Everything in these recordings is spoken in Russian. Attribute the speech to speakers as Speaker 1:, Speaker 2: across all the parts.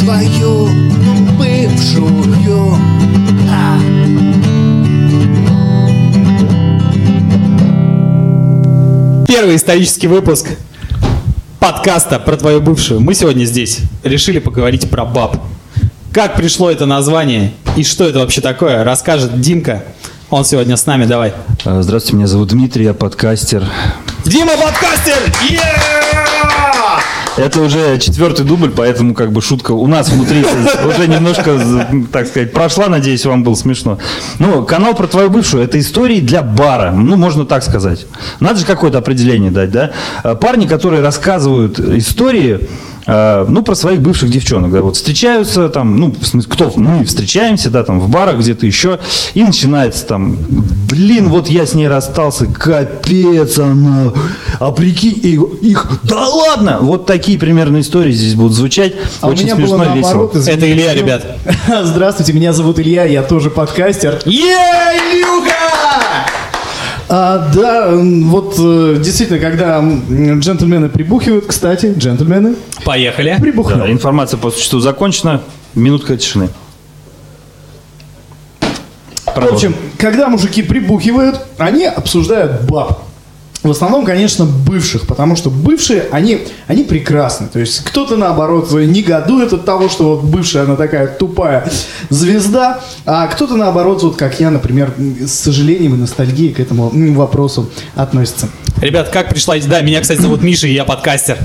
Speaker 1: свою бывшую. А.
Speaker 2: Первый исторический выпуск подкаста про твою бывшую. Мы сегодня здесь решили поговорить про баб. Как пришло это название и что это вообще такое, расскажет Димка. Он сегодня с нами, давай.
Speaker 3: Э, Здравствуйте, меня зовут Дмитрий, я подкастер.
Speaker 2: Дима подкастер! Yeah!
Speaker 3: Это уже четвертый дубль, поэтому как бы шутка у нас внутри уже немножко, з- так сказать, прошла. Надеюсь, вам было смешно. Ну, канал про твою бывшую – это истории для бара. Ну, можно так сказать. Надо же какое-то определение дать, да? Э, Парни, которые рассказывают истории, э, ну, про своих бывших девчонок, да, вот встречаются там, ну, в смысле, кто, мы встречаемся, да, там, в барах где-то еще, и начинается там, блин, вот я с ней расстался, капец она, а прикинь, и- их, да ладно, вот такие примерно истории здесь будут звучать,
Speaker 4: А
Speaker 3: очень
Speaker 4: у меня
Speaker 3: смешно
Speaker 4: было
Speaker 3: и весело.
Speaker 4: наоборот. извините.
Speaker 2: Это Илья, ребят.
Speaker 4: Здравствуйте, меня зовут Илья, я тоже подкастер.
Speaker 2: Yeah, Илюха!
Speaker 4: А, да, м, вот э, действительно, когда м, джентльмены прибухивают, кстати, джентльмены
Speaker 2: Поехали.
Speaker 4: прибухнули.
Speaker 3: Да, информация по существу закончена, минутка тишины.
Speaker 4: В
Speaker 3: Продолжим.
Speaker 4: общем, когда мужики прибухивают, они обсуждают баб. В основном, конечно, бывших, потому что бывшие, они, они прекрасны. То есть кто-то, наоборот, негодует от того, что вот бывшая, она такая тупая звезда, а кто-то, наоборот, вот как я, например, м, с сожалением и ностальгией к этому м, вопросу относится.
Speaker 2: Ребят, как пришла... Да, меня, кстати, зовут Миша, и я подкастер.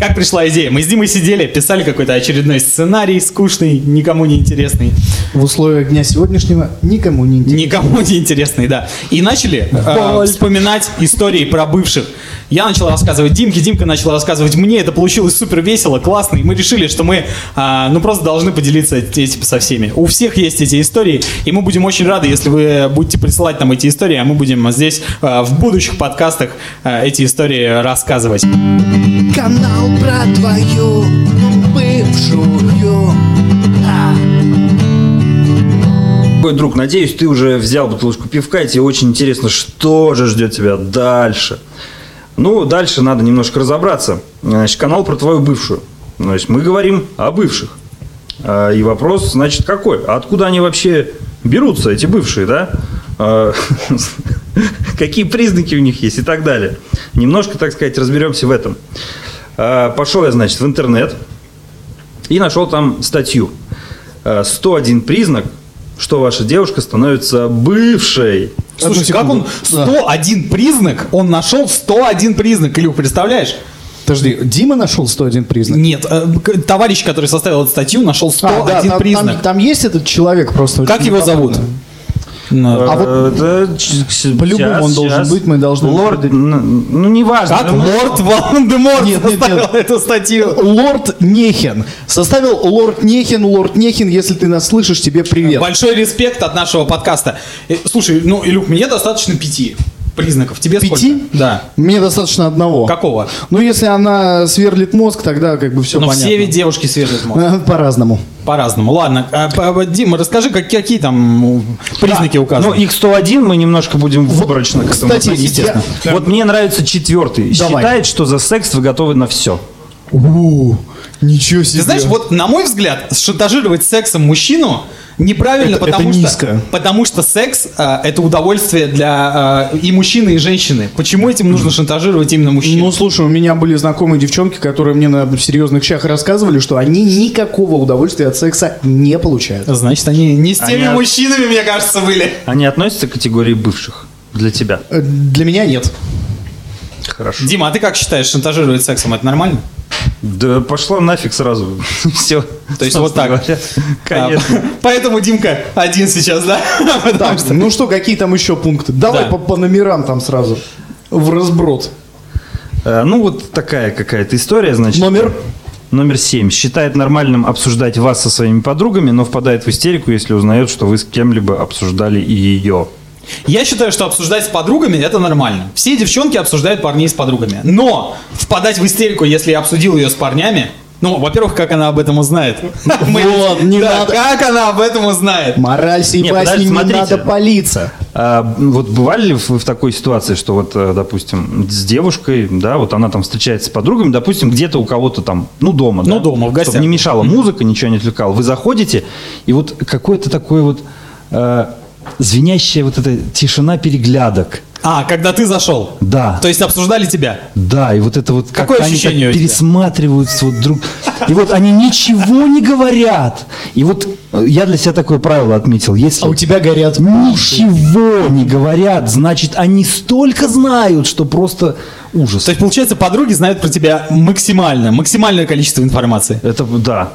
Speaker 2: Как пришла идея? Мы с Димой сидели, писали какой-то очередной сценарий, скучный, никому не интересный.
Speaker 4: В условиях дня сегодняшнего никому не интересно.
Speaker 2: Никому не интересный, да. И начали э, вспоминать истории про бывших. Я начал рассказывать Димке, Димка начала рассказывать мне. Это получилось супер весело, классно. И мы решили, что мы, а, ну, просто должны поделиться эти- этим со всеми. У всех есть эти истории, и мы будем очень рады, если вы будете присылать нам эти истории, а мы будем здесь а, в будущих подкастах а, эти истории рассказывать.
Speaker 1: Канал про твою бывшую. А.
Speaker 3: Дорогой друг, надеюсь, ты уже взял бутылочку пивка, и тебе очень интересно, что же ждет тебя дальше. Ну, дальше надо немножко разобраться. Значит, канал про твою бывшую. Значит, мы говорим о бывших. А, И вопрос, значит, какой? А Откуда они вообще берутся, эти бывшие, да? А, Какие признаки у них есть и так далее. Немножко, так сказать, разберемся в этом. А, Пошел я, значит, в интернет и нашел там статью. Э, 101 признак, что ваша девушка становится бывшей.
Speaker 2: Слушай, как он 101 признак, он нашел 101 признак, Илюх, представляешь?
Speaker 4: Подожди, Дима нашел 101 признак?
Speaker 2: Нет, э, к- товарищ, который составил эту статью, нашел
Speaker 4: А,
Speaker 2: 101
Speaker 4: да, там,
Speaker 2: признак.
Speaker 4: там- там есть этот человек просто.
Speaker 2: Как
Speaker 4: очень
Speaker 2: его зовут?
Speaker 4: непонятно.
Speaker 2: Ну,
Speaker 4: А вот
Speaker 3: Э, по-любому
Speaker 4: по-любому он должен быть, мы должны-
Speaker 3: Лорд, н- ну неважно.
Speaker 2: А Как
Speaker 3: Ну,
Speaker 2: лорд Волан-де-Морт
Speaker 4: Нет, нет,
Speaker 2: составил
Speaker 4: нет.
Speaker 2: эту статью?
Speaker 4: Лорд Нехен. Составил Лорд Нехен. Лорд Нехен, если ты нас слышишь, тебе привет.
Speaker 2: Большой респект от нашего подкаста. Э, Слушай, ну, Илюк, мне достаточно пяти признаков. Тебе
Speaker 4: Пяти?
Speaker 2: сколько? Да.
Speaker 4: Мне достаточно одного.
Speaker 2: Какого?
Speaker 4: Ну, если она сверлит мозг, тогда как бы все
Speaker 2: Ну,
Speaker 4: понятно.
Speaker 2: все ведь девушки свежат мозг.
Speaker 4: Э, По-разному.
Speaker 2: По-разному. Ладно, а, по- вот, Дима, расскажи, как- какие там м, признаки
Speaker 3: Ну,
Speaker 2: указаны?
Speaker 3: их 101 мы немножко будем выборочно к этому
Speaker 4: кстати,
Speaker 3: относиться.
Speaker 4: естественно.
Speaker 3: Вот мне нравится четвертый.
Speaker 4: Давай.
Speaker 3: Считает, что за секс вы готовы на все.
Speaker 4: ничего себе.
Speaker 2: Ты знаешь, вот на мой взгляд, шантажировать сексом мужчину неправильно,
Speaker 4: Это-
Speaker 2: потому
Speaker 4: это
Speaker 2: что
Speaker 4: низко.
Speaker 2: потому что секс а, это удовольствие для а, и мужчины и женщины. Почему этим нужно шантажировать именно мужчин?
Speaker 4: Ну, слушай, у меня были знакомые девчонки, которые мне на серьезных щах рассказывали, что они никакого удовольствия от секса не получают.
Speaker 2: Значит, они не с теми
Speaker 3: Они-
Speaker 2: мужчинами, мне кажется, были.
Speaker 3: Они относятся к категории бывших. Для тебя.
Speaker 4: Э, Для меня нет.
Speaker 3: Хорошо.
Speaker 2: Дима, а ты как считаешь, шантажировать сексом это нормально?
Speaker 3: Да пошла нафиг сразу. Все.
Speaker 2: То есть вот так.
Speaker 3: Конечно.
Speaker 2: А, поэтому Димка один сейчас, да? Потому
Speaker 4: Так,
Speaker 2: что-
Speaker 4: ну что, какие там еще пункты? Давай
Speaker 2: Да.
Speaker 4: по, по номерам там сразу. В разброд.
Speaker 3: Э, Ну, вот такая какая-то история, значит.
Speaker 4: Номер?
Speaker 3: Номер семь. Считает нормальным обсуждать вас со своими подругами, но впадает в истерику, если узнает, что вы с кем-либо обсуждали и ее.
Speaker 2: Я считаю, что обсуждать с подругами это нормально. Все девчонки обсуждают парней с подругами. Но впадать в истерику, если я обсудил ее с парнями, ну, во-первых, как она об этом узнает? Мы-
Speaker 4: Вот, не
Speaker 2: Да,
Speaker 4: надо.
Speaker 2: Как она об этом узнает?
Speaker 4: Мораль сей
Speaker 3: Не,
Speaker 4: басни
Speaker 3: подожди,
Speaker 4: не
Speaker 3: смотрите.
Speaker 4: надо палиться.
Speaker 3: А, вот бывали ли вы в такой ситуации, что вот, э, допустим, с девушкой, да, вот она там встречается с подругами, допустим, где-то у кого-то там, ну, дома,
Speaker 2: Ну,
Speaker 3: да,
Speaker 2: дома, в гостях.
Speaker 3: Чтобы не мешала музыка, ничего не отвлекала. Вы заходите, и вот какое-то такое вот э, звенящая вот эта тишина переглядок.
Speaker 2: А, когда ты зашел.
Speaker 3: Да.
Speaker 2: То есть обсуждали тебя.
Speaker 3: Да, и вот это вот как
Speaker 2: Какое
Speaker 3: они так
Speaker 2: ощущение у тебя?
Speaker 3: пересматриваются вот друг. И вот они ничего не говорят. И вот э, я для себя такое правило отметил. Если
Speaker 4: А у тебя горят уши.
Speaker 3: ничего не говорят, значит они столько знают, что просто ужас.
Speaker 2: То есть, получается, подруги знают про тебя максимально, максимальное количество информации.
Speaker 3: Это да.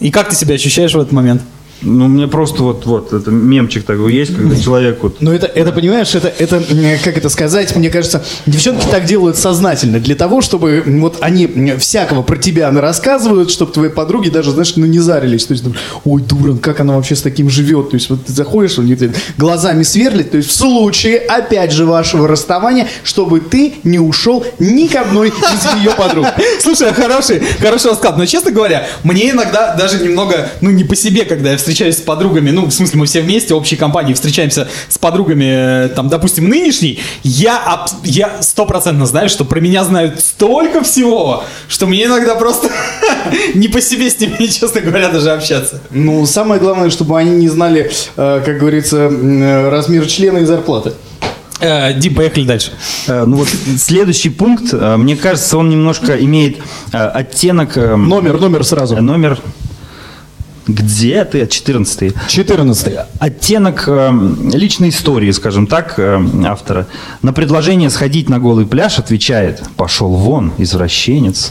Speaker 2: И как ты себя ощущаешь в этот момент?
Speaker 3: Ну, мне просто вот, вот, это мемчик такой есть, когда человек вот...
Speaker 4: Но это, это, понимаешь, это, это, м, как это сказать, мне кажется, девчонки так делают сознательно, для того, чтобы м, вот они м, всякого про тебя рассказывают, чтобы твои подруги даже, знаешь, ну не зарились. То есть, там, ой, дуран, как она вообще с таким живет? То есть, вот ты заходишь, они тебя глазами сверлит, то есть, в случае, опять же, вашего расставания, чтобы ты не ушел ни к одной из ее подруг.
Speaker 2: Слушай, а хороший, хороший расклад. Но, честно говоря, мне иногда даже немного, ну, не по себе, когда я встречаюсь с подругами, ну, в смысле, мы все вместе, общей компании, встречаемся с подругами, э, там, допустим, нынешней, я, абс- я стопроцентно знаю, что про меня знают столько всего, что мне иногда просто не по себе с ними, честно говоря, даже общаться.
Speaker 4: Ну, самое главное, чтобы они не знали, э, как говорится, м, э, размер члена и зарплаты.
Speaker 2: Э, Дим, поехали дальше.
Speaker 3: Э, Ну вот следующий пункт, э, мне кажется, он немножко имеет э, оттенок... э,
Speaker 4: Номер, номер сразу.
Speaker 3: Номер... Где ты? 14
Speaker 4: 14
Speaker 3: Оттенок эм, личной истории, скажем так, эм, автора. На предложение сходить на голый пляж отвечает «Пошел вон, извращенец».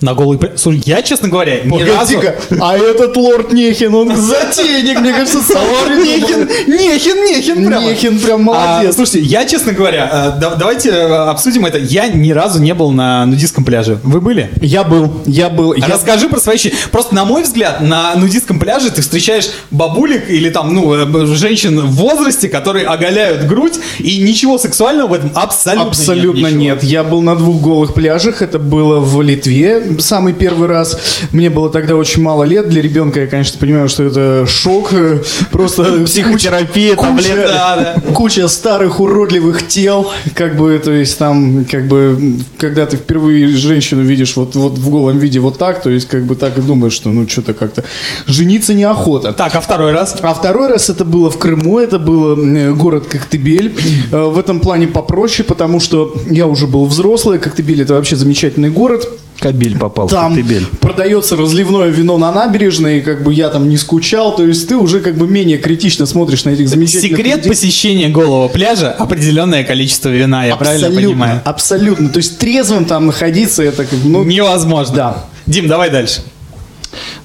Speaker 2: На голый... пр- Слушай, я, честно говоря, ни разу...
Speaker 4: Погоди-ка, а этот лорд Нехин, он затейник, мне кажется, сам лорд Нехин. Нехин, Нехин прям. Нехин прям
Speaker 2: А, слушайте, я, честно говоря, э, да- давайте э, обсудим это. Я ни разу не был на нудистском пляже. Вы были?
Speaker 4: Я был, я был. я-
Speaker 2: Расскажи про свои щи- Просто, на мой взгляд, на нудистском пляже ты встречаешь бабулек или там, ну, э, женщин в возрасте, которые оголяют грудь, и ничего сексуального в этом абсолютно,
Speaker 4: Абсолютно
Speaker 2: ничего.
Speaker 4: нет. Я был на двух голых пляжах. Это было в Литве самый первый раз. Мне было тогда очень мало лет. Для ребенка я, конечно, понимаю, что это шок. э, Просто
Speaker 3: Психотерапия,
Speaker 2: таблетки. Да, да.
Speaker 4: куча старых уродливых тел, как бы, то есть там, как бы, м, когда ты впервые женщину видишь вот, вот в голом виде вот так, то есть как бы так и думаешь, что ну что-то как-то жениться неохота.
Speaker 2: Так, а второй раз?
Speaker 4: А второй раз это было в Крыму, это был э, город Коктебель. Э, В этом плане попроще, потому что я уже был взрослый, Коктебель это вообще замечательный город.
Speaker 3: Кабель попал,
Speaker 4: Там
Speaker 3: коктебель.
Speaker 4: продается разливное вино на набережной, и как бы я там не скучал, то есть ты уже как бы менее критично смотришь на этих замечательных
Speaker 2: Секрет
Speaker 4: людей.
Speaker 2: посещения голого пляжа – определенное количество вина, я правильно понимаю?
Speaker 4: Абсолютно. То есть трезвым там находиться, это как бы, ну,
Speaker 2: Невозможно.
Speaker 4: Да.
Speaker 2: Дим, давай дальше.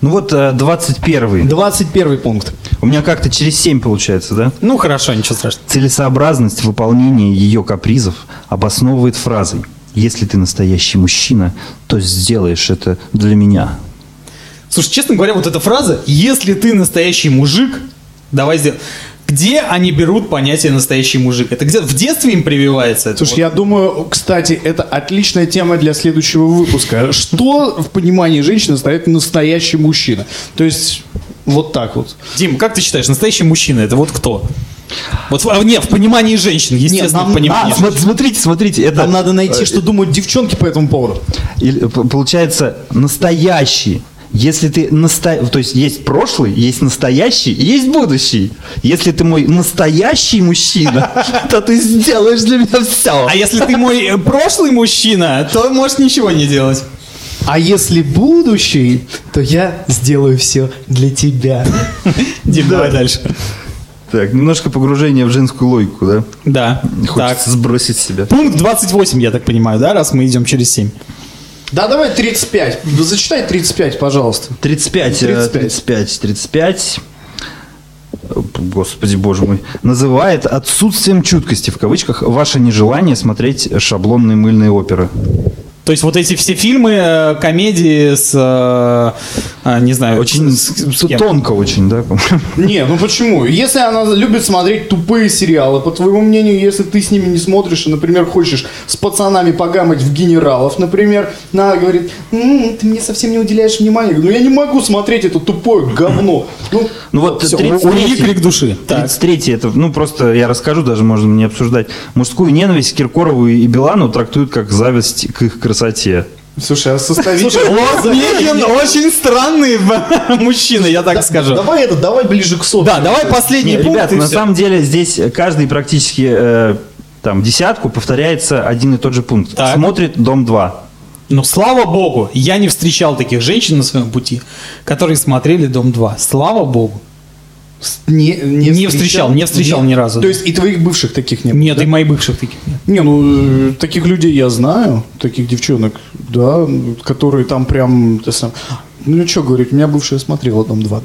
Speaker 3: Ну вот э, 21
Speaker 4: 21 пункт.
Speaker 3: У меня как-то через 7 получается, да?
Speaker 2: Ну, хорошо, ничего страшного.
Speaker 3: Целесообразность выполнения ее капризов обосновывает фразой «Если ты настоящий мужчина, то сделаешь это для меня».
Speaker 2: Слушай, честно говоря, вот эта фраза «Если ты настоящий мужик, давай сделаем». Где они берут понятие «настоящий мужик»? Это где в детстве им прививается? это
Speaker 4: Слушай,
Speaker 2: вот?
Speaker 4: я думаю, кстати, это отличная тема для следующего выпуска. Что в понимании женщины стоит настоящий мужчина? То есть вот так вот.
Speaker 2: Дим, как ты считаешь, настоящий мужчина это вот кто? Вот в- а, не, в понимании женщин, естественно,
Speaker 4: нам-
Speaker 2: в понимании.
Speaker 3: А, смо- смотрите, смотрите, это... э,
Speaker 4: Нам надо найти, что думают девчонки по этому поводу.
Speaker 3: Или, э, п- Получается, настоящий. Если ты наста... То есть есть прошлый, есть настоящий, и есть будущий. Если ты мой настоящий мужчина, то ты сделаешь для меня все.
Speaker 2: А если ты мой э, прошлый мужчина, то можешь ничего не делать.
Speaker 4: А если будущий, то я сделаю все для тебя.
Speaker 2: Дим, давай дальше.
Speaker 3: Так, немножко погружение в женскую логику, да?
Speaker 2: Да. Так.
Speaker 3: Хочется сбросить себя.
Speaker 2: Пункт 28, я так понимаю, да, раз мы идем через 7.
Speaker 4: Да, давай 35. Зачитай 35, пожалуйста.
Speaker 3: 35, э, 35, 35. Э, Господи, боже мой. Называет отсутствием чуткости, в кавычках, ваше нежелание смотреть шаблонные мыльные оперы.
Speaker 2: То есть вот эти все фильмы, э, комедии с, э, а, не знаю,
Speaker 3: Очень
Speaker 2: с-
Speaker 3: с-
Speaker 2: с кем?
Speaker 3: тонко очень, да? по-моему.
Speaker 4: Не, ну почему? Если она любит смотреть тупые сериалы, по твоему мнению, если ты с ними не смотришь и, например, хочешь с пацанами погамать в генералов, например, она говорит, «М, ты мне совсем не уделяешь внимания. Я говорю, Ну я не могу смотреть это тупое говно. Ну,
Speaker 3: Ну вот
Speaker 4: всё,
Speaker 3: 30
Speaker 4: у-
Speaker 2: Ой, Крик души. Так.
Speaker 3: 33 это, ну просто я расскажу, даже можно не обсуждать. Мужскую ненависть Киркорову и Билану трактуют как зависть к их красоте.
Speaker 4: Слушай, а составитель...
Speaker 2: Лорд Мехин очень странный мужчина, я так скажу.
Speaker 4: Давай это, давай ближе к сотке.
Speaker 2: Да, давай последний
Speaker 3: Не,
Speaker 2: пункт.
Speaker 3: ребята,
Speaker 2: и
Speaker 3: на
Speaker 2: всё.
Speaker 3: самом деле здесь каждый практически э, там десятку повторяется один и тот же пункт.
Speaker 2: Так.
Speaker 3: Смотрит дом 2.
Speaker 2: Но слава богу, я не встречал таких женщин на своем пути, которые смотрели Дом 2. Слава богу.
Speaker 4: Не,
Speaker 2: Не встречал, не встречал ни разу.
Speaker 4: То есть и твоих бывших таких не было?
Speaker 2: Нет,
Speaker 4: да?
Speaker 2: и моих бывших таких нет.
Speaker 4: Не, ну э, таких людей я знаю, таких девчонок, да, которые там прям. ты сам- Ну что говорить, меня бывшая смотрела дом 2.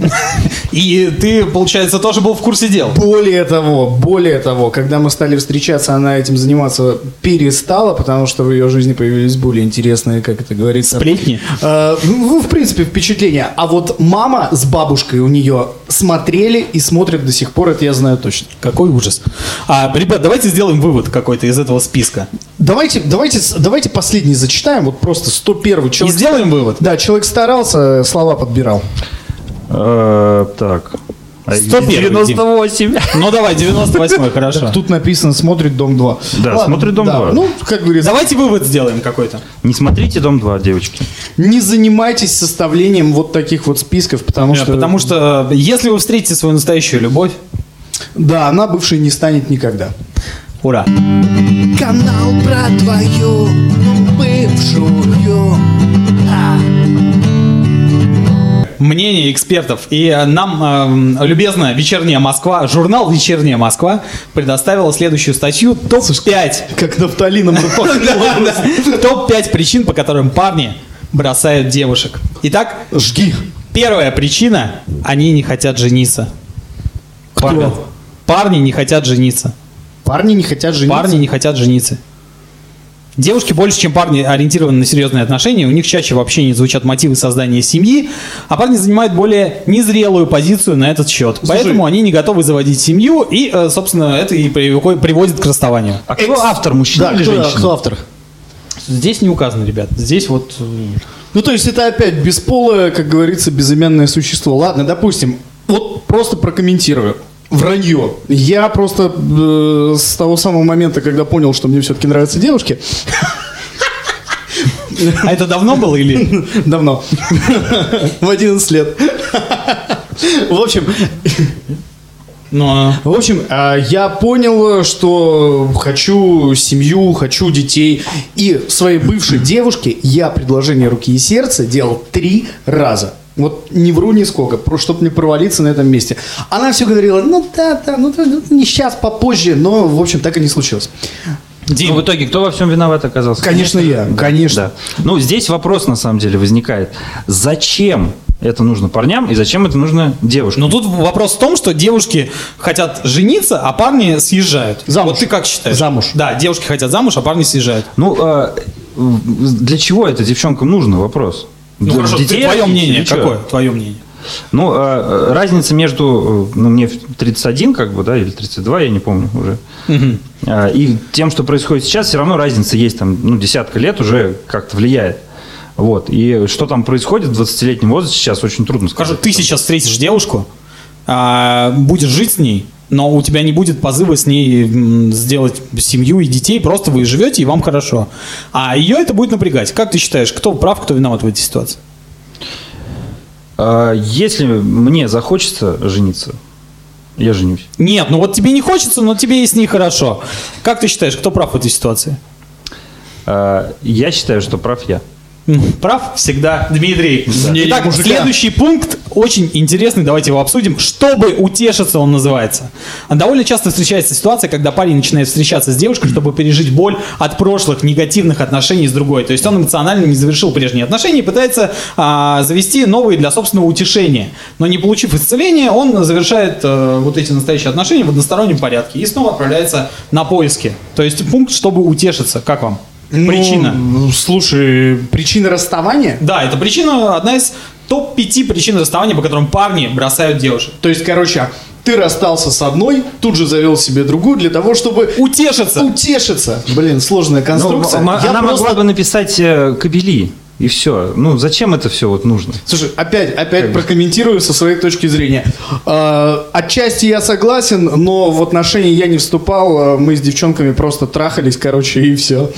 Speaker 2: И ты, получается, тоже был в курсе дел.
Speaker 4: Более того, более того, когда мы стали встречаться, она этим заниматься перестала, потому что в ее жизни появились более интересные, как это говорится,
Speaker 2: Сплетни.
Speaker 4: Э, Ну, в принципе, впечатление. А вот мама с бабушкой у нее смотрели и смотрят до сих пор, это я знаю точно.
Speaker 2: Какой ужас. А, ребят, давайте сделаем вывод какой-то из этого списка.
Speaker 4: Давайте, давайте, с- давайте последний зачитаем, вот просто 101
Speaker 2: И
Speaker 4: человек.
Speaker 2: сделаем вывод.
Speaker 4: Да, человек старался, слова подбирал.
Speaker 3: Э, так. А их
Speaker 2: 101, Дим.
Speaker 3: 98.
Speaker 2: Ну давай, 98 хорошо.
Speaker 4: Тут написано «Смотрит дом 2».
Speaker 3: Да, «Смотрит дом
Speaker 4: да.
Speaker 3: 2».
Speaker 4: Ну, как говорится,
Speaker 2: Давайте вывод сделаем какой-то.
Speaker 3: Не смотрите дом 2, девочки.
Speaker 4: не занимайтесь составлением вот таких вот списков, потому
Speaker 2: Э,
Speaker 4: Ну, что...
Speaker 2: Потому что э, если вы встретите свою настоящую любовь,
Speaker 4: Да, она бывшей не станет никогда.
Speaker 2: ура.
Speaker 1: Канал про твою бывшую. А.
Speaker 2: мнение экспертов. И э, нам э, любезно «Вечерняя Москва», журнал «Вечерняя Москва» предоставила следующую статью «Топ-5».
Speaker 4: Как нафталином мы пахнуло просто.
Speaker 2: Топ-5 причин, по которым парни бросают девушек. Итак,
Speaker 4: Жги.
Speaker 2: первая причина – они не хотят жениться. Парни. Парни не хотят жениться.
Speaker 4: Парни не хотят жениться.
Speaker 2: Парни не хотят жениться. Девушки больше, чем парни, ориентированы на серьезные отношения. У них чаще вообще не звучат мотивы создания семьи, а парни занимают более незрелую позицию на этот счет. Поэтому они не готовы заводить семью, и, э, собственно, это и привико- приводит к расставанию.
Speaker 3: А кто автор, мужчина
Speaker 4: Да,
Speaker 3: или
Speaker 4: кто,
Speaker 3: женщина?
Speaker 4: кто автор?
Speaker 2: Здесь не указано, ребят. Здесь вот... э,
Speaker 4: Ну, то есть это опять бесполое, как говорится, безымянное существо. Ладно, допустим, вот просто прокомментирую. Вранье. Я просто э, с того самого момента, когда понял, что мне все-таки нравятся девушки,
Speaker 2: А это давно было или...
Speaker 4: давно, в 11 лет. В общем,
Speaker 2: Ну,
Speaker 4: в общем, а, я понял, что хочу семью, хочу детей. И своей бывшей девушке я предложение руки и сердца делал три раза. Вот не вру нисколько, чтобы не провалиться на этом месте. Она все говорила, ну да, да, ну, да, ну, не сейчас, попозже, но, в общем, так и не случилось.
Speaker 2: Дим,
Speaker 3: Ну, в итоге, кто во всем виноват оказался?
Speaker 4: Конечно, я, конечно.
Speaker 3: Да. Ну, здесь вопрос, на самом деле, возникает. Зачем это нужно парням и зачем это нужно девушкам?
Speaker 2: ну тут вопрос в том, что девушки хотят жениться, а парни съезжают.
Speaker 4: Замуж.
Speaker 2: Вот ты как считаешь?
Speaker 4: Замуж.
Speaker 2: Да, девушки хотят замуж, а парни съезжают.
Speaker 3: Ну, а, для чего это девчонкам нужно, вопрос?
Speaker 2: Ну
Speaker 3: Для
Speaker 2: хорошо, ты-
Speaker 3: детей
Speaker 2: твое
Speaker 3: родить
Speaker 2: мнение
Speaker 3: или чё?
Speaker 2: какое? Твое мнение.
Speaker 3: Ну, а, разница между, э, ну, мне 31, как бы, да, или 32, я не помню уже. А, И тем, что происходит сейчас, все равно разница есть, там, ну, десятка лет уже как-то влияет. Вот. И что там происходит в 20-летнем возрасте сейчас, очень трудно сказать.
Speaker 2: Скажу, ты сейчас встретишь девушку, а, будешь жить с ней, но у тебя не будет позыва с ней м, сделать семью и детей, просто вы живете и вам хорошо. А ее это будет напрягать. Как ты считаешь, кто прав, кто виноват в этой ситуации?
Speaker 3: А, Если мне захочется жениться, я женюсь.
Speaker 2: Нет, ну вот тебе не хочется, но тебе и с ней хорошо. Как ты считаешь, кто прав в этой ситуации?
Speaker 3: А, Я считаю, что прав я.
Speaker 2: М, Прав всегда Дмитрий. Итак, следующий пункт очень интересный, давайте его обсудим. Чтобы утешиться, он называется. А Довольно часто встречается ситуация, когда парень начинает встречаться с девушкой, чтобы пережить боль от прошлых негативных отношений с другой. То есть он эмоционально не завершил прежние отношения и пытается а, завести новые для собственного утешения. Но не получив исцеления, он завершает э, вот эти настоящие отношения в одностороннем порядке и снова отправляется на поиски. То есть пункт, чтобы утешиться. Как вам?
Speaker 4: Ну,
Speaker 2: Причина.
Speaker 4: ну, слушай, причина расставания?
Speaker 2: Да, это причина, одна из топ-5 причин расставания, по которым парни бросают девушек.
Speaker 4: То есть, короче, ты расстался с одной, тут же завел себе другую для того, чтобы
Speaker 2: Утешиться!
Speaker 4: утешиться. Блин, сложная конструкция.
Speaker 3: Ну, м-
Speaker 4: Я
Speaker 3: она
Speaker 4: просто-
Speaker 3: могла бы написать э, кобели, и все. Ну, зачем это все вот нужно?
Speaker 4: Слушай, опять, опять прокомментирую со своей точки зрения. Э, отчасти я согласен, но в отношения я не вступал. э, Мы с девчонками просто трахались, короче, и все.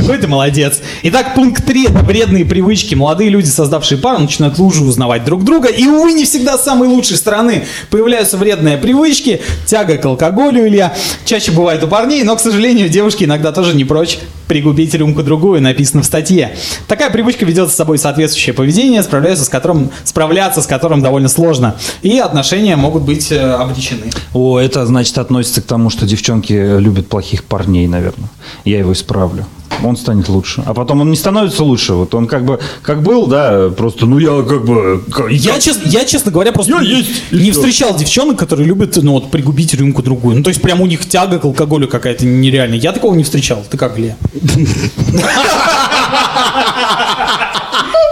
Speaker 2: Какой ты молодец. Итак, пункт 3 это вредные привычки. Молодые люди, создавшие пару, начинают лучше узнавать друг друга. И, увы, не всегда с самой лучшей стороны. Появляются вредные привычки, тяга к алкоголю, Илья. Чаще бывает у парней, но, к сожалению, девушки иногда тоже не прочь пригубить рюмку-другую, написано в статье. Такая привычка ведет с собой соответствующее поведение, справляться с которым, справляться с которым довольно сложно. И отношения могут быть э, обречены.
Speaker 3: О, это, значит, относится к тому, что девчонки любят плохих парней, наверное. Я его исправлю. Он станет лучше. А потом он не становится лучше. Вот он как бы, как был, да, просто, ну я как бы... как-
Speaker 2: Я, чес- я, честно говоря, просто
Speaker 3: Я
Speaker 2: не,
Speaker 3: есть, и
Speaker 2: не
Speaker 3: всё.
Speaker 2: встречал девчонок, которые любят, ну, вот, пригубить рюмку другую. Ну, то есть, прям у них тяга к алкоголю какая-то нереальная. Я такого не встречал. Ты как, Ле?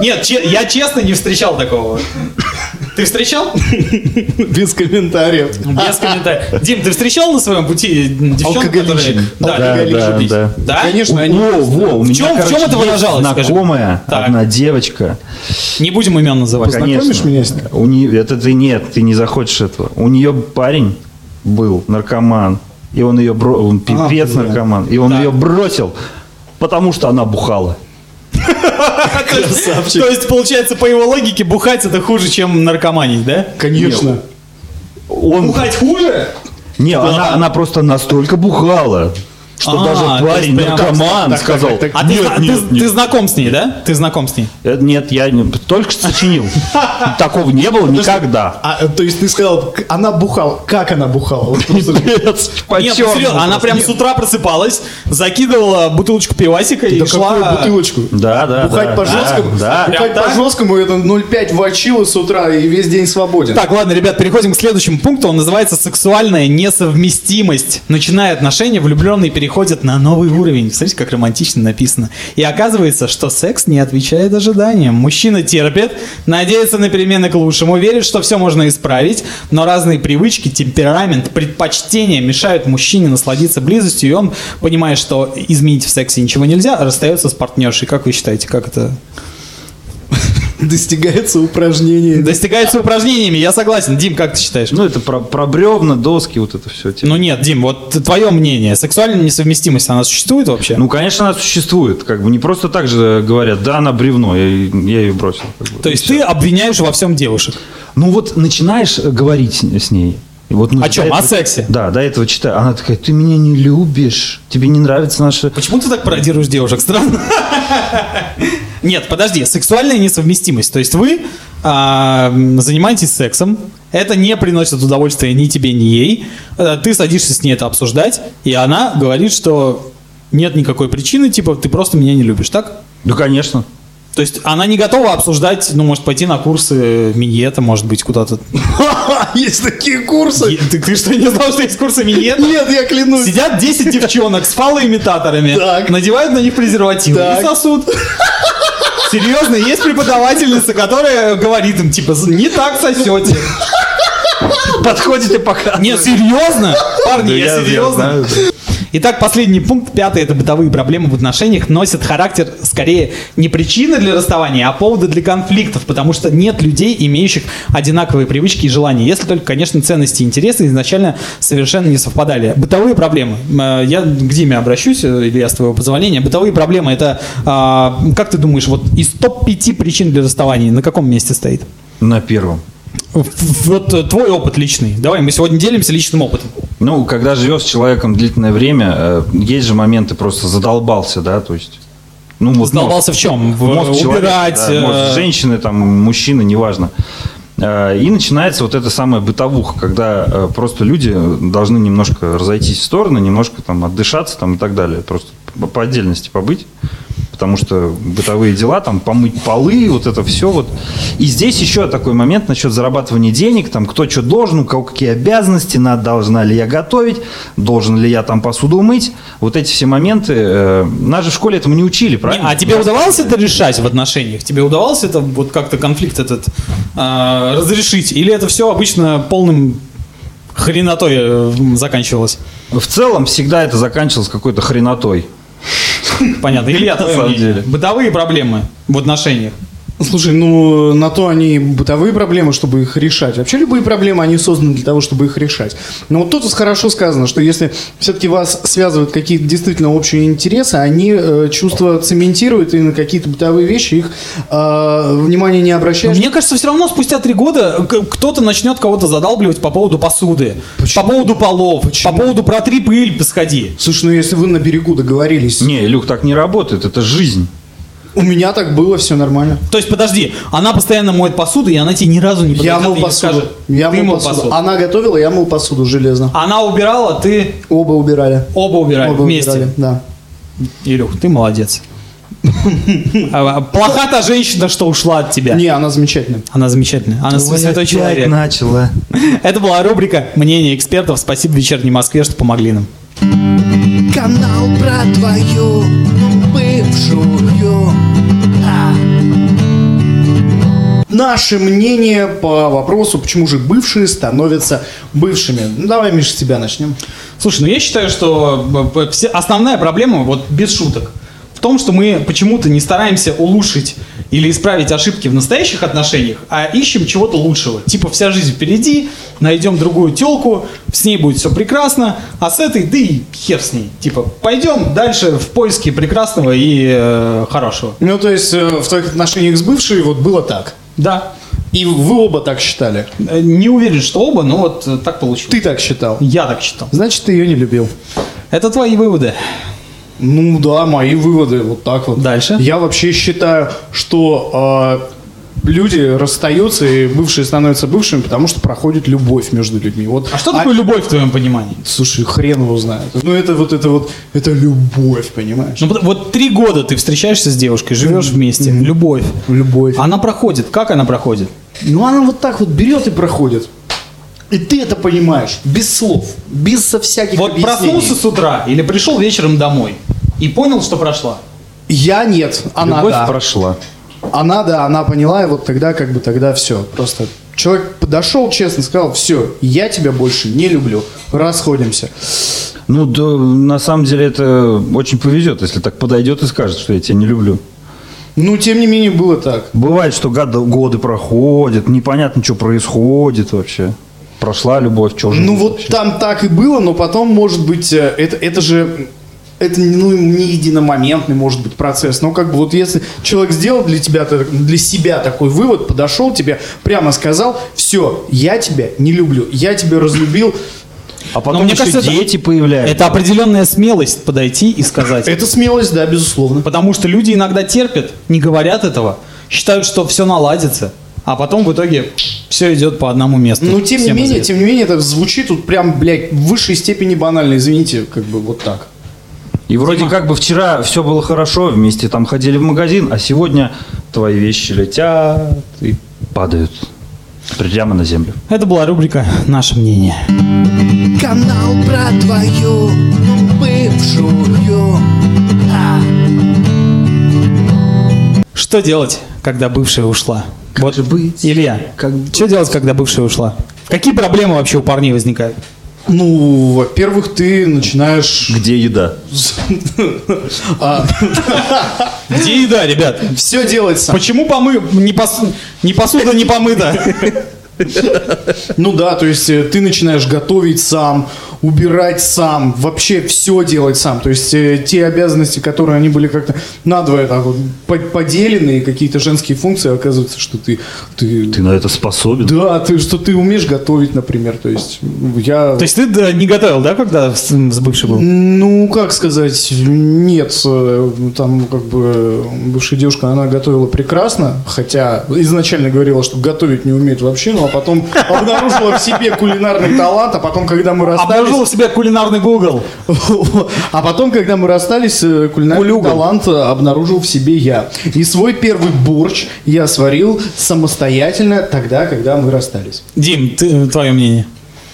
Speaker 2: Нет, че- я честно не встречал такого. Ты встречал?
Speaker 4: Без комментариев.
Speaker 2: Без комментариев. Дим, ты встречал на своем пути девчонок, которые...
Speaker 4: Алкоголичек.
Speaker 2: Да,
Speaker 3: Да,
Speaker 2: алкоголичек
Speaker 3: да,
Speaker 2: любить?
Speaker 3: да.
Speaker 2: Да?
Speaker 4: Конечно, они...
Speaker 3: Во, во, у меня,
Speaker 2: чём- в чём это
Speaker 3: есть
Speaker 2: выражалось, скажи?
Speaker 3: Знакомая,
Speaker 2: Так.
Speaker 3: одна девочка.
Speaker 2: Не будем имен называть.
Speaker 4: Познакомишь меня с ним?
Speaker 3: У нее, это ты нет, ты не захочешь этого. У нее парень был наркоман, и он ее бро...
Speaker 4: А,
Speaker 3: он пипец
Speaker 4: блин.
Speaker 3: наркоман, и он
Speaker 2: Да.
Speaker 3: ее бросил, потому что она бухала.
Speaker 2: То есть- То есть, получается, по его логике, бухать это хуже, чем наркоманить, да?
Speaker 4: Конечно.
Speaker 3: Он
Speaker 2: Бухать хуже?
Speaker 3: не, она, она просто настолько бухала, что
Speaker 2: Типа- А, то есть
Speaker 3: даже парень
Speaker 2: прям-
Speaker 4: так,
Speaker 3: наркоман
Speaker 4: так,
Speaker 3: сказал.
Speaker 4: так, так.
Speaker 2: А ты, зна- ты- ты знаком с ней, да? Ты знаком с ней.
Speaker 3: «Э, Нет, я не- только что сочинил. Такого не было никогда.
Speaker 4: А, э, то есть ты сказал, к- она бухала. Как она бухала? Вот просто-
Speaker 3: Пипец,
Speaker 2: Нет, ну,
Speaker 3: по-чёрному
Speaker 2: серьезно, она
Speaker 3: просто.
Speaker 2: прям с утра просыпалась, закидывала бутылочку пивасика и
Speaker 4: Да
Speaker 2: шла.
Speaker 4: какую бутылочку?
Speaker 3: Да, да,
Speaker 4: Бухать
Speaker 3: да,
Speaker 4: по
Speaker 3: да,
Speaker 4: жесткому,
Speaker 3: да.
Speaker 4: бухать
Speaker 2: Прям
Speaker 4: по
Speaker 2: так?
Speaker 4: жесткому это 0,5 вачила с утра и весь день свободен.
Speaker 2: Так, ладно, ребят, переходим к следующему пункту. Он называется «Сексуальная несовместимость». Начиная отношения, влюбленные переходят на новый уровень. Смотрите, как романтично написано. И оказывается, что секс не отвечает ожиданиям. Мужчина терпит, надеется на перемены к лучшему, верит, что все можно исправить, но разные привычки, темперамент, предпочтения мешают мужчине насладиться близостью, и он, понимая, что изменить в сексе ничего нельзя, расстается с партнершей. Как вы считаете, как это
Speaker 4: Достигается упражнение.
Speaker 2: достигается упражнениями? Я согласен. Дим, как ты считаешь?
Speaker 3: Ну, это про, про бревна, доски, вот это типа. все.
Speaker 2: Ну нет, Дим, вот твое мнение, сексуальная несовместимость, она существует вообще?
Speaker 3: Ну, конечно, она существует. Как бы не просто так же говорят, да, она бревно, я, ей- я ее бросил. как бы.
Speaker 2: То есть ты обвиняешь во всем девушек.
Speaker 3: Ну вот начинаешь э, говорить с с ней. И вот мы
Speaker 2: О
Speaker 3: до
Speaker 2: чем? О
Speaker 3: этого-
Speaker 2: сексе.
Speaker 3: Да, до этого читаю. Она такая, ты меня не любишь, тебе не нравится наша...
Speaker 2: Почему ты так пародируешь девушек? Странно. Нет, подожди, сексуальная несовместимость. То есть вы а, м, занимаетесь сексом, это не приносит удовольствия ни тебе, ни ей. Э, Ты садишься с ней это обсуждать, и она говорит, что нет никакой причины, типа ты просто меня не любишь, так?
Speaker 3: Да, конечно.
Speaker 2: То есть она не готова обсуждать, ну, может, пойти на курсы миньета, может быть, куда-то
Speaker 4: Есть такие курсы.
Speaker 2: Е- Ты, ты что, не знал, что есть курсы миньет?
Speaker 4: Нет, я клянусь.
Speaker 2: Сидят 10 девчонок с фалоимитаторами,
Speaker 4: Так.
Speaker 2: надевают на них презервативы и
Speaker 4: Так.
Speaker 2: сосут. Серьезно, есть преподавательница, которая говорит им, типа, не так сосете.
Speaker 3: Подходит и показывает.
Speaker 2: Нет, серьезно? Парни,
Speaker 3: Да
Speaker 2: я,
Speaker 3: я- я
Speaker 2: серьезно.
Speaker 3: знаю, да.
Speaker 2: Итак, последний пункт, пятый, это бытовые проблемы в отношениях, носят характер скорее не причины для расставания, а поводы для конфликтов, потому что нет людей, имеющих одинаковые привычки и желания, если только, конечно, ценности и интересы изначально совершенно не совпадали. Бытовые проблемы. Э, Я к Диме обращусь, э, Илья, с твоего позволения. Бытовые проблемы, это, а, как ты думаешь, вот из топ-5 причин для расставания на каком месте стоит?
Speaker 3: На первом.
Speaker 2: В- Вот э, твой опыт личный. Давай, мы сегодня делимся личным опытом.
Speaker 3: Ну, когда живешь с человеком длительное время, э, есть же моменты просто задолбался, да, то есть... Ну, вот мозг.
Speaker 2: Задолбался в чем? В,
Speaker 3: мозг
Speaker 2: э,
Speaker 3: человека,
Speaker 2: убирать,
Speaker 3: да, мозг
Speaker 2: э,
Speaker 3: женщины, там, мужчины, неважно. Э, И начинается вот эта самая бытовуха, когда э, просто люди должны немножко разойтись в стороны, немножко там отдышаться там и так далее, просто по- по отдельности побыть. потому что бытовые дела, там, помыть полы, вот это все. Вот. И здесь еще такой момент насчет зарабатывания денег, там, кто что должен, у кого какие обязанности, надо, должна ли я готовить, должен ли я там посуду мыть. Вот эти все моменты, э, нас же в школе этому не учили,
Speaker 2: Не,
Speaker 3: правильно?
Speaker 2: а тебе удавалось это решать в отношениях? Тебе удавалось это вот как-то конфликт этот а, разрешить? Или это все обычно полным хренотой э, заканчивалось?
Speaker 3: В целом всегда это заканчивалось какой-то хренотой.
Speaker 2: Понятно. Илья,
Speaker 3: На
Speaker 2: твое
Speaker 3: самом
Speaker 2: мнение.
Speaker 3: деле.
Speaker 2: Бытовые проблемы в отношениях.
Speaker 4: Слушай, ну на то они и бытовые проблемы, чтобы их решать. Вообще любые проблемы, они созданы для того, чтобы их решать. Но вот тут хорошо сказано, что если все-таки вас связывают какие-то действительно общие интересы, они э, чувства цементируют и на какие-то бытовые вещи их э, внимания не обращаешь.
Speaker 2: Мне кажется, все равно спустя три года к- кто-то начнет кого-то задалбливать по поводу посуды, по поводу полов, по поводу протри пыль, сходи.
Speaker 4: Слушай, ну если вы на берегу договорились,
Speaker 3: Не, Люк, так не работает, это жизнь.
Speaker 4: у меня так было, все нормально.
Speaker 2: То есть, подожди, она постоянно моет посуду, и она тебе ни разу не
Speaker 4: Я
Speaker 2: подойдет и
Speaker 4: мыл
Speaker 2: не
Speaker 4: посуду.
Speaker 2: скажет,
Speaker 4: Я
Speaker 2: «Ты
Speaker 4: мыл посуду. Она готовила, я мыл посуду железно.
Speaker 2: Она убирала, ты
Speaker 4: Оба убирали.
Speaker 2: оба убирали
Speaker 4: Оба
Speaker 2: вместе.
Speaker 4: убирали, да.
Speaker 2: Илюх, ты молодец. А, а, Плоха та женщина, что ушла от тебя.
Speaker 4: Не, она замечательная.
Speaker 2: Она замечательная. Она святой человек.
Speaker 3: начала.
Speaker 2: Это была рубрика «Мнение экспертов». Спасибо вечерней Москве, что помогли нам.
Speaker 1: Канал про твою бывшую а,
Speaker 4: Наше мнение по вопросу, почему же бывшие становятся бывшими. Ну, давай, Миша, с тебя начнем.
Speaker 2: Слушай, ну я считаю, что э, э, все- основная проблема, вот без шуток, в том, что мы почему-то не стараемся улучшить или исправить ошибки в настоящих отношениях, а ищем чего-то лучшего. Типа вся жизнь впереди, найдем другую телку, с ней будет все прекрасно, а с этой, да и хер с ней. Типа пойдем дальше в поиске прекрасного и э, хорошего.
Speaker 4: Ну, то есть, э, в твоих отношениях с бывшей вот было так.
Speaker 2: Да,
Speaker 4: И вы оба так считали.
Speaker 2: Э, не уверен, что оба, но вот э, так получилось.
Speaker 4: Ты так считал.
Speaker 2: Я так считал.
Speaker 4: Значит, ты ее не любил.
Speaker 2: Это твои выводы.
Speaker 4: Ну да, мои выводы вот так вот.
Speaker 2: Дальше.
Speaker 4: Я вообще считаю, что э, люди расстаются и бывшие становятся бывшими, потому что проходит любовь между людьми. Вот. а,
Speaker 2: А что такое любовь в твоем понимании?
Speaker 4: Слушай, хрен его знает. Ну это вот это вот это любовь, понимаешь?
Speaker 2: Ну, пот- вот три года ты встречаешься с девушкой, живешь вместе, любовь.
Speaker 4: Любовь.
Speaker 2: Она проходит. Как она проходит?
Speaker 4: Ну она вот так вот берет и проходит. И ты это понимаешь без слов, без со всяких
Speaker 2: Вот
Speaker 4: объяснений.
Speaker 2: проснулся с утра или пришел вечером домой и понял, что прошла.
Speaker 4: Я нет, она
Speaker 3: Любовь
Speaker 4: да.
Speaker 3: прошла.
Speaker 4: Она да, она поняла, и вот тогда как бы тогда все. Просто человек подошел, честно сказал, все, я тебя больше не люблю, расходимся.
Speaker 3: Ну, да, на самом деле это очень повезет, если так подойдет и скажет, что я тебя не люблю.
Speaker 4: Ну, тем не менее, было так.
Speaker 3: Бывает, что года- годы проходят, непонятно, что происходит вообще. Прошла любовь, что же.
Speaker 4: Ну
Speaker 3: будет
Speaker 4: вот
Speaker 3: вообще?
Speaker 4: там так и было, но потом, может быть, э, это, это же это ну, не единомоментный, может быть, процесс. Но как бы вот если человек сделал для тебя та- для себя такой вывод, подошел тебе, прямо сказал, все, я тебя не люблю, я тебя разлюбил,
Speaker 3: А потом
Speaker 2: Ну, мне
Speaker 3: еще
Speaker 2: кажется, это-
Speaker 3: дети появляются.
Speaker 2: Это определенная смелость подойти и сказать.
Speaker 4: это смелость, да, безусловно.
Speaker 2: Потому что люди иногда терпят, не говорят этого, считают, что все наладится, а потом в итоге все идет по одному месту.
Speaker 4: Ну, тем не
Speaker 2: Всем
Speaker 4: менее,
Speaker 2: известно.
Speaker 4: тем не менее, это звучит тут прям, блядь, в высшей степени банально, извините, как бы вот так.
Speaker 3: И вроде как бы вчера все было хорошо, вместе там ходили в магазин, а сегодня твои вещи летят и падают прямо на землю.
Speaker 2: Это была рубрика «Наше мнение».
Speaker 1: канал про твою бывшую а,
Speaker 2: Что делать, когда бывшая ушла? вот Илья, что делать, когда бывшая ушла? Какие проблемы вообще у парней возникают?
Speaker 4: Ну, во-первых, ты начинаешь...
Speaker 3: Где еда?
Speaker 2: Где еда, ребят?
Speaker 4: Все делать сам.
Speaker 2: Почему помы... не, пос- не посуда не помыта?
Speaker 4: Ну да, то есть э, ты начинаешь готовить сам, убирать сам, вообще все делать сам. То есть э, те обязанности, которые они были как-то надвое так вот по- поделены, и какие-то женские функции, оказывается, что ты... ты...
Speaker 3: Ты на это способен?
Speaker 4: Да, ты, что ты умеешь готовить, например. То есть я...
Speaker 2: То есть ты да, не готовил, да, когда с, с бывшей был?
Speaker 4: Ну, как сказать, нет, э, там как бы бывшая девушка, она готовила прекрасно, хотя изначально говорила, что готовить не умеет вообще, но а потом обнаружила в себе кулинарный талант, а потом, когда мы
Speaker 2: Обнаружил
Speaker 4: расстались...
Speaker 2: в себе кулинарный Google.
Speaker 4: А потом, когда мы расстались, э, кулинарный
Speaker 3: Улюгал.
Speaker 4: талант э, обнаружил в себе я. И свой первый борщ я сварил самостоятельно тогда, когда мы расстались.
Speaker 2: Дим, ты- твое мнение.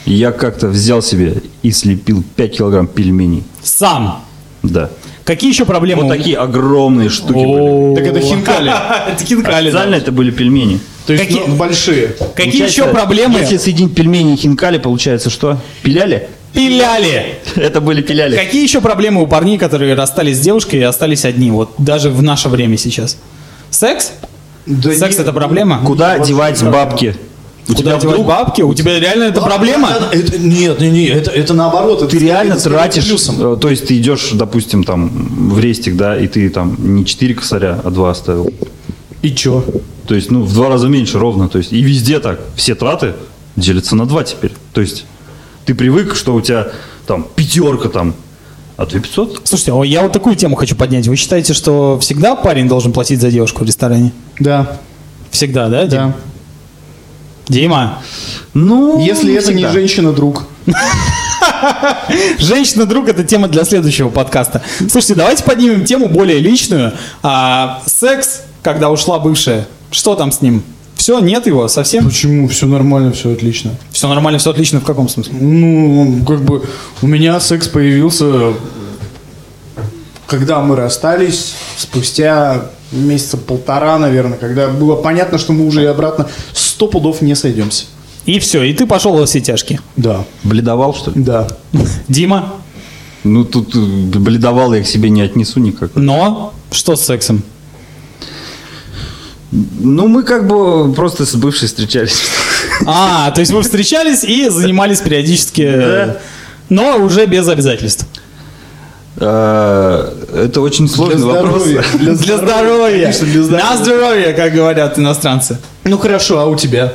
Speaker 3: Я как-то взял себе и слепил 5 килограмм пельменей.
Speaker 2: Сам.
Speaker 3: Да.
Speaker 2: Какие еще проблемы?
Speaker 3: Вот
Speaker 2: у-
Speaker 3: такие огромные штуки были.
Speaker 2: О.
Speaker 4: Так это хинкали.
Speaker 2: Это хинкали, да.
Speaker 3: Официально это были пельмени.
Speaker 4: То есть
Speaker 2: Какие-
Speaker 4: ну, большие.
Speaker 2: Какие еще
Speaker 3: Получается,
Speaker 2: проблемы?
Speaker 3: Если соединить пельмени и хинкали, получается что? Пиляли?
Speaker 2: Пиляли.
Speaker 3: Это были пиляли.
Speaker 2: Какие еще проблемы у парней, которые расстались с девушкой и остались одни, вот даже в наше время сейчас? Секс?
Speaker 4: Да ну,
Speaker 2: Секс
Speaker 4: не-
Speaker 2: это проблема?
Speaker 3: Куда девать бабки? У
Speaker 2: Куда
Speaker 3: тебя
Speaker 2: девать
Speaker 3: вдруг
Speaker 2: бабки? У тебя реально это
Speaker 4: Да,
Speaker 2: проблема?
Speaker 4: да, это- нет, не, не, это, это наоборот. это-
Speaker 3: ты реально
Speaker 4: это скорее
Speaker 3: тратишь,
Speaker 4: плюсом.
Speaker 3: э, то есть ты идешь, допустим, там в рестик, да, и ты там не 4 косаря, а 2 оставил.
Speaker 4: И чё?
Speaker 3: То есть, ну, в два раза меньше ровно. То есть, и везде так. Все траты делятся на два теперь. То есть, ты привык, что у тебя там пятерка там, а ты 500.
Speaker 2: Слушайте, а я вот такую тему хочу поднять. Вы считаете, что всегда парень должен платить за девушку в ресторане?
Speaker 4: Да,
Speaker 2: Всегда, да, Дим?
Speaker 4: да.
Speaker 2: Дима?
Speaker 3: Ну,
Speaker 4: Если это не
Speaker 3: всегда.
Speaker 4: женщина-друг.
Speaker 2: Женщина-друг – это тема для следующего подкаста. Слушайте, давайте поднимем тему более личную. А, секс, когда ушла бывшая, что там с ним? Все, нет его совсем?
Speaker 4: Почему? Все нормально, все отлично.
Speaker 2: Все нормально, все отлично, в каком смысле?
Speaker 4: Ну, как бы у меня секс появился, когда мы расстались, спустя месяца полтора, наверное, когда было понятно, что мы уже и обратно сто пудов не сойдемся.
Speaker 2: И все, и ты пошел во все тяжкие.
Speaker 4: Да,
Speaker 3: Бледовал, что ли?
Speaker 4: да.
Speaker 2: Дима,
Speaker 3: Ну, тут э, бледовал я к себе не отнесу никак.
Speaker 2: но что с сексом?
Speaker 3: Ну, мы как бы просто с бывшей встречались.
Speaker 2: А, то есть вы встречались и занимались периодически, э, но уже без обязательств.
Speaker 3: Э, Это очень сложный вопрос.
Speaker 4: Для
Speaker 2: Для
Speaker 4: здоровья.
Speaker 2: здоровья.
Speaker 4: Конечно, для здоровья.
Speaker 2: На здоровье, как говорят иностранцы.
Speaker 4: Ну хорошо, а у тебя?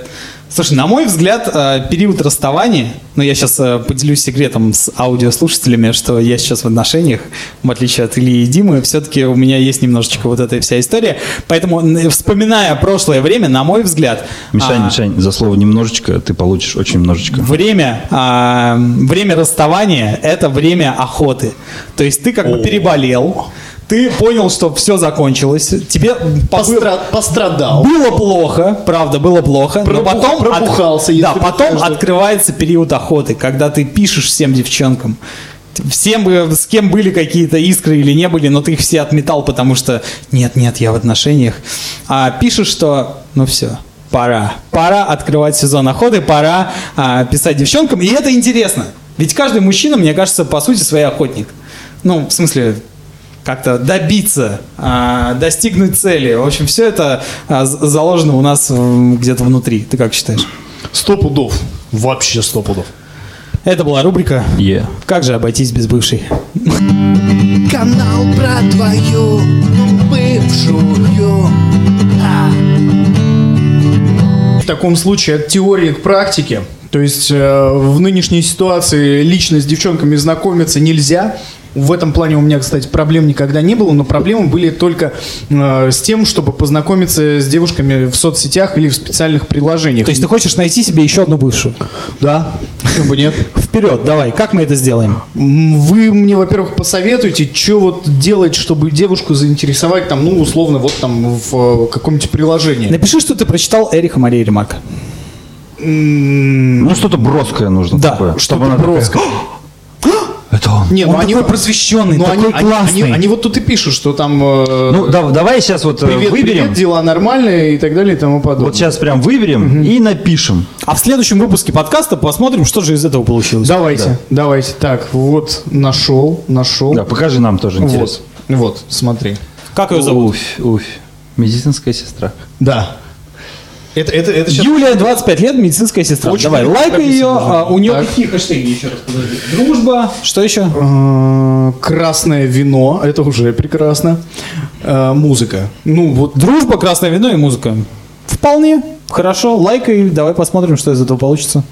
Speaker 2: Слушай, на мой взгляд, э, период расставания, но я сейчас поделюсь секретом с аудиослушателями, что я сейчас в отношениях, в отличие от Ильи и Димы, все-таки у меня есть немножечко вот эта вся история. Поэтому, н- вспоминая прошлое время, на мой взгляд...
Speaker 3: Мишань,
Speaker 2: а,
Speaker 3: Мишань, за слово немножечко ты получишь очень немножечко.
Speaker 2: Время, а, время расставания – это время охоты. То есть ты как бы переболел, ты понял, что все закончилось, тебе побы-
Speaker 4: Постра- Пострадал.
Speaker 2: было плохо, правда, было плохо, но
Speaker 4: Пропух-
Speaker 2: потом, от-
Speaker 4: пропухался, если
Speaker 2: да,
Speaker 4: бы
Speaker 2: потом
Speaker 4: каждый-
Speaker 2: открывается период охоты, когда ты пишешь всем девчонкам. Всем, бы- с кем были какие-то искры или не были, но ты их все отметал, потому что нет-нет, я в отношениях. А пишешь, что ну все, пора. Пора открывать сезон охоты, пора а, писать девчонкам. И это интересно. Ведь каждый мужчина, мне кажется, по сути своей охотник. Ну, в смысле, как-то добиться, а, достигнуть цели. В общем, все это а, з- заложено у нас м, где-то внутри. Ты как считаешь?
Speaker 4: Сто пудов. Вообще сто пудов.
Speaker 2: Это была рубрика
Speaker 3: Е.
Speaker 2: «Как же обойтись без бывшей?»
Speaker 1: Канал про твою бывшую. А.
Speaker 4: В таком случае от теории к практике. То есть э, в нынешней ситуации лично с девчонками знакомиться нельзя. В этом плане у меня, кстати, проблем никогда не было, но проблемы были только э, с тем, чтобы познакомиться с девушками в соцсетях или в специальных приложениях.
Speaker 2: То есть ты хочешь найти себе еще одну бывшую?
Speaker 4: Да, почему бы нет.
Speaker 2: Вперед, давай, как мы это сделаем?
Speaker 4: М, Вы мне, во-первых, посоветуете, что вот делать, чтобы девушку заинтересовать там, ну, условно, вот там в э, каком-нибудь приложении.
Speaker 2: Напиши, что ты прочитал Эриха Марии Ремарка.
Speaker 3: Ну, что-то броское нужно
Speaker 2: Да,
Speaker 3: такое.
Speaker 2: что-то
Speaker 3: она такая,
Speaker 2: броское.
Speaker 3: «А, Это он.
Speaker 4: Не,
Speaker 2: Он такой просвещенный,
Speaker 4: ну,
Speaker 2: такой
Speaker 4: они- они-
Speaker 2: классный.
Speaker 4: Они, они вот тут и пишут, что там... э,
Speaker 3: Ну, да- давай сейчас вот э,
Speaker 4: Привет,
Speaker 3: выберем.
Speaker 4: привет, дела нормальные и так далее и тому подобное.
Speaker 3: Вот сейчас прям выберем и напишем.
Speaker 2: А в следующем выпуске подкаста посмотрим, что же из этого получилось.
Speaker 4: Давайте, давайте. Так, вот нашел, нашел.
Speaker 3: Да, покажи нам тоже
Speaker 4: вот,
Speaker 3: интересно.
Speaker 4: вот, смотри.
Speaker 2: Как ее зовут?
Speaker 3: Уфь, уфь. Медицинская сестра.
Speaker 4: Да. Это, это, это сейчас...
Speaker 2: Юлия, 25 лет, медицинская сестра.
Speaker 4: Очень
Speaker 2: Давай,
Speaker 4: много
Speaker 2: лайкай ее.
Speaker 4: прописано.
Speaker 2: а, у нее
Speaker 4: Так.
Speaker 2: какие хэштеги еще раз? Подожди. Дружба. Что еще?
Speaker 4: э, Красное вино, это уже прекрасно. Э, Музыка. Ну, вот
Speaker 2: Дружба, красное вино и музыка. Вполне. Хорошо, лайкай, давай посмотрим, что из этого получится.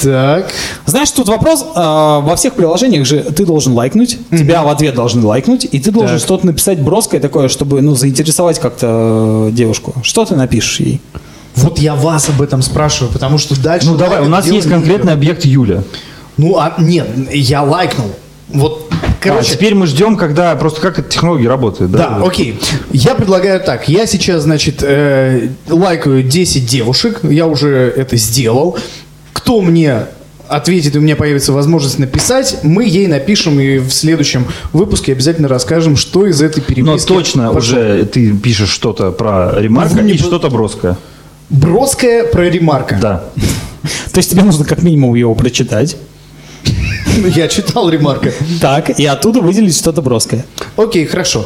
Speaker 4: так.
Speaker 2: Знаешь, тут вопрос, э, во всех приложениях же ты должен лайкнуть, тебя в ответ должны лайкнуть, и ты должен
Speaker 4: Так.
Speaker 2: что-то написать броское такое, чтобы, ну, заинтересовать как-то э, девушку. Что ты напишешь ей?
Speaker 4: Вот я вас об этом спрашиваю, потому что дальше...
Speaker 3: Ну давай,
Speaker 4: лайк
Speaker 3: у нас
Speaker 4: это дело
Speaker 3: есть
Speaker 4: не
Speaker 3: конкретный
Speaker 4: идет.
Speaker 3: объект Юля.
Speaker 4: Ну, а, нет, я лайкнул. Вот, короче...
Speaker 3: А, теперь мы ждем, когда просто как эта технология работает.
Speaker 4: Да, окей. Я предлагаю так. Я сейчас, значит, э, лайкаю 10 девушек. Я уже это сделал. Кто мне ответит, и у меня появится возможность написать, мы ей напишем и в следующем выпуске обязательно расскажем, что из этой
Speaker 3: Но
Speaker 4: переписки.
Speaker 3: Ну, точно
Speaker 4: пошло.
Speaker 3: уже ты пишешь что-то про ремарка
Speaker 4: Ну, не
Speaker 3: и
Speaker 4: бро-
Speaker 3: что-то броское.
Speaker 4: Броская про ремарка.
Speaker 3: Да.
Speaker 2: То есть тебе нужно как минимум его прочитать.
Speaker 4: Ну, Я читал ремарка.
Speaker 2: Так, и оттуда выделить что-то броское.
Speaker 4: Окей, хорошо.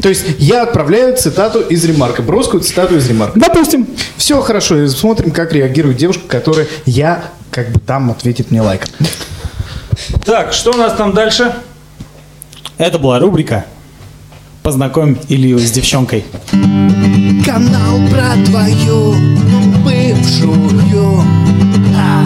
Speaker 4: То есть я отправляю цитату из ремарка, броскую цитату из ремарка.
Speaker 2: Допустим.
Speaker 4: Все хорошо, и смотрим, как реагирует девушка, которая я как бы там ответит мне лайк.
Speaker 3: Так, что у нас там дальше?
Speaker 2: Это была рубрика «Познакомь Илью с девчонкой».
Speaker 1: Канал про твою бывшую. А.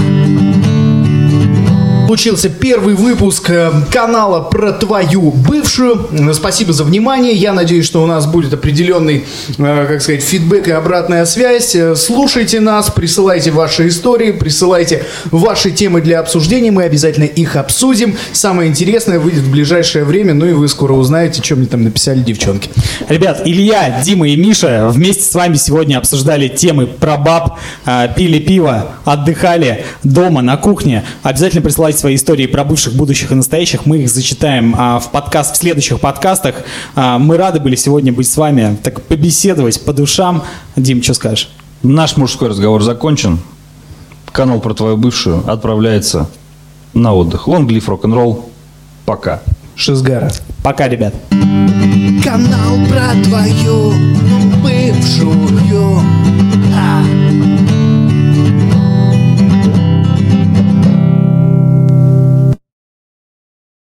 Speaker 4: Получился первый выпуск э, канала про твою бывшую. Э, Спасибо за внимание. Я надеюсь, что у нас будет определенный, э, как сказать, фидбэк и обратная связь. Э, Слушайте нас, присылайте ваши истории, присылайте ваши темы для обсуждения. Мы обязательно их обсудим. Самое интересное выйдет в ближайшее время. Ну и вы скоро узнаете, чем мне там написали девчонки.
Speaker 2: Ребят, Илья, Дима и Миша вместе с вами сегодня обсуждали темы про баб, а, пили пиво, отдыхали дома, на кухне. Обязательно присылайте свои истории про бывших, будущих и настоящих. Мы их зачитаем а, в подкаст, в следующих подкастах. А, Мы рады были сегодня быть с вами, так побеседовать по душам. Дим, что скажешь?
Speaker 3: Наш мужской разговор закончен. Канал про твою бывшую отправляется на отдых. Лонг лив рок-н-ролл. Пока.
Speaker 4: Шизгара.
Speaker 2: Пока, ребят.
Speaker 1: Канал про твою бывшую.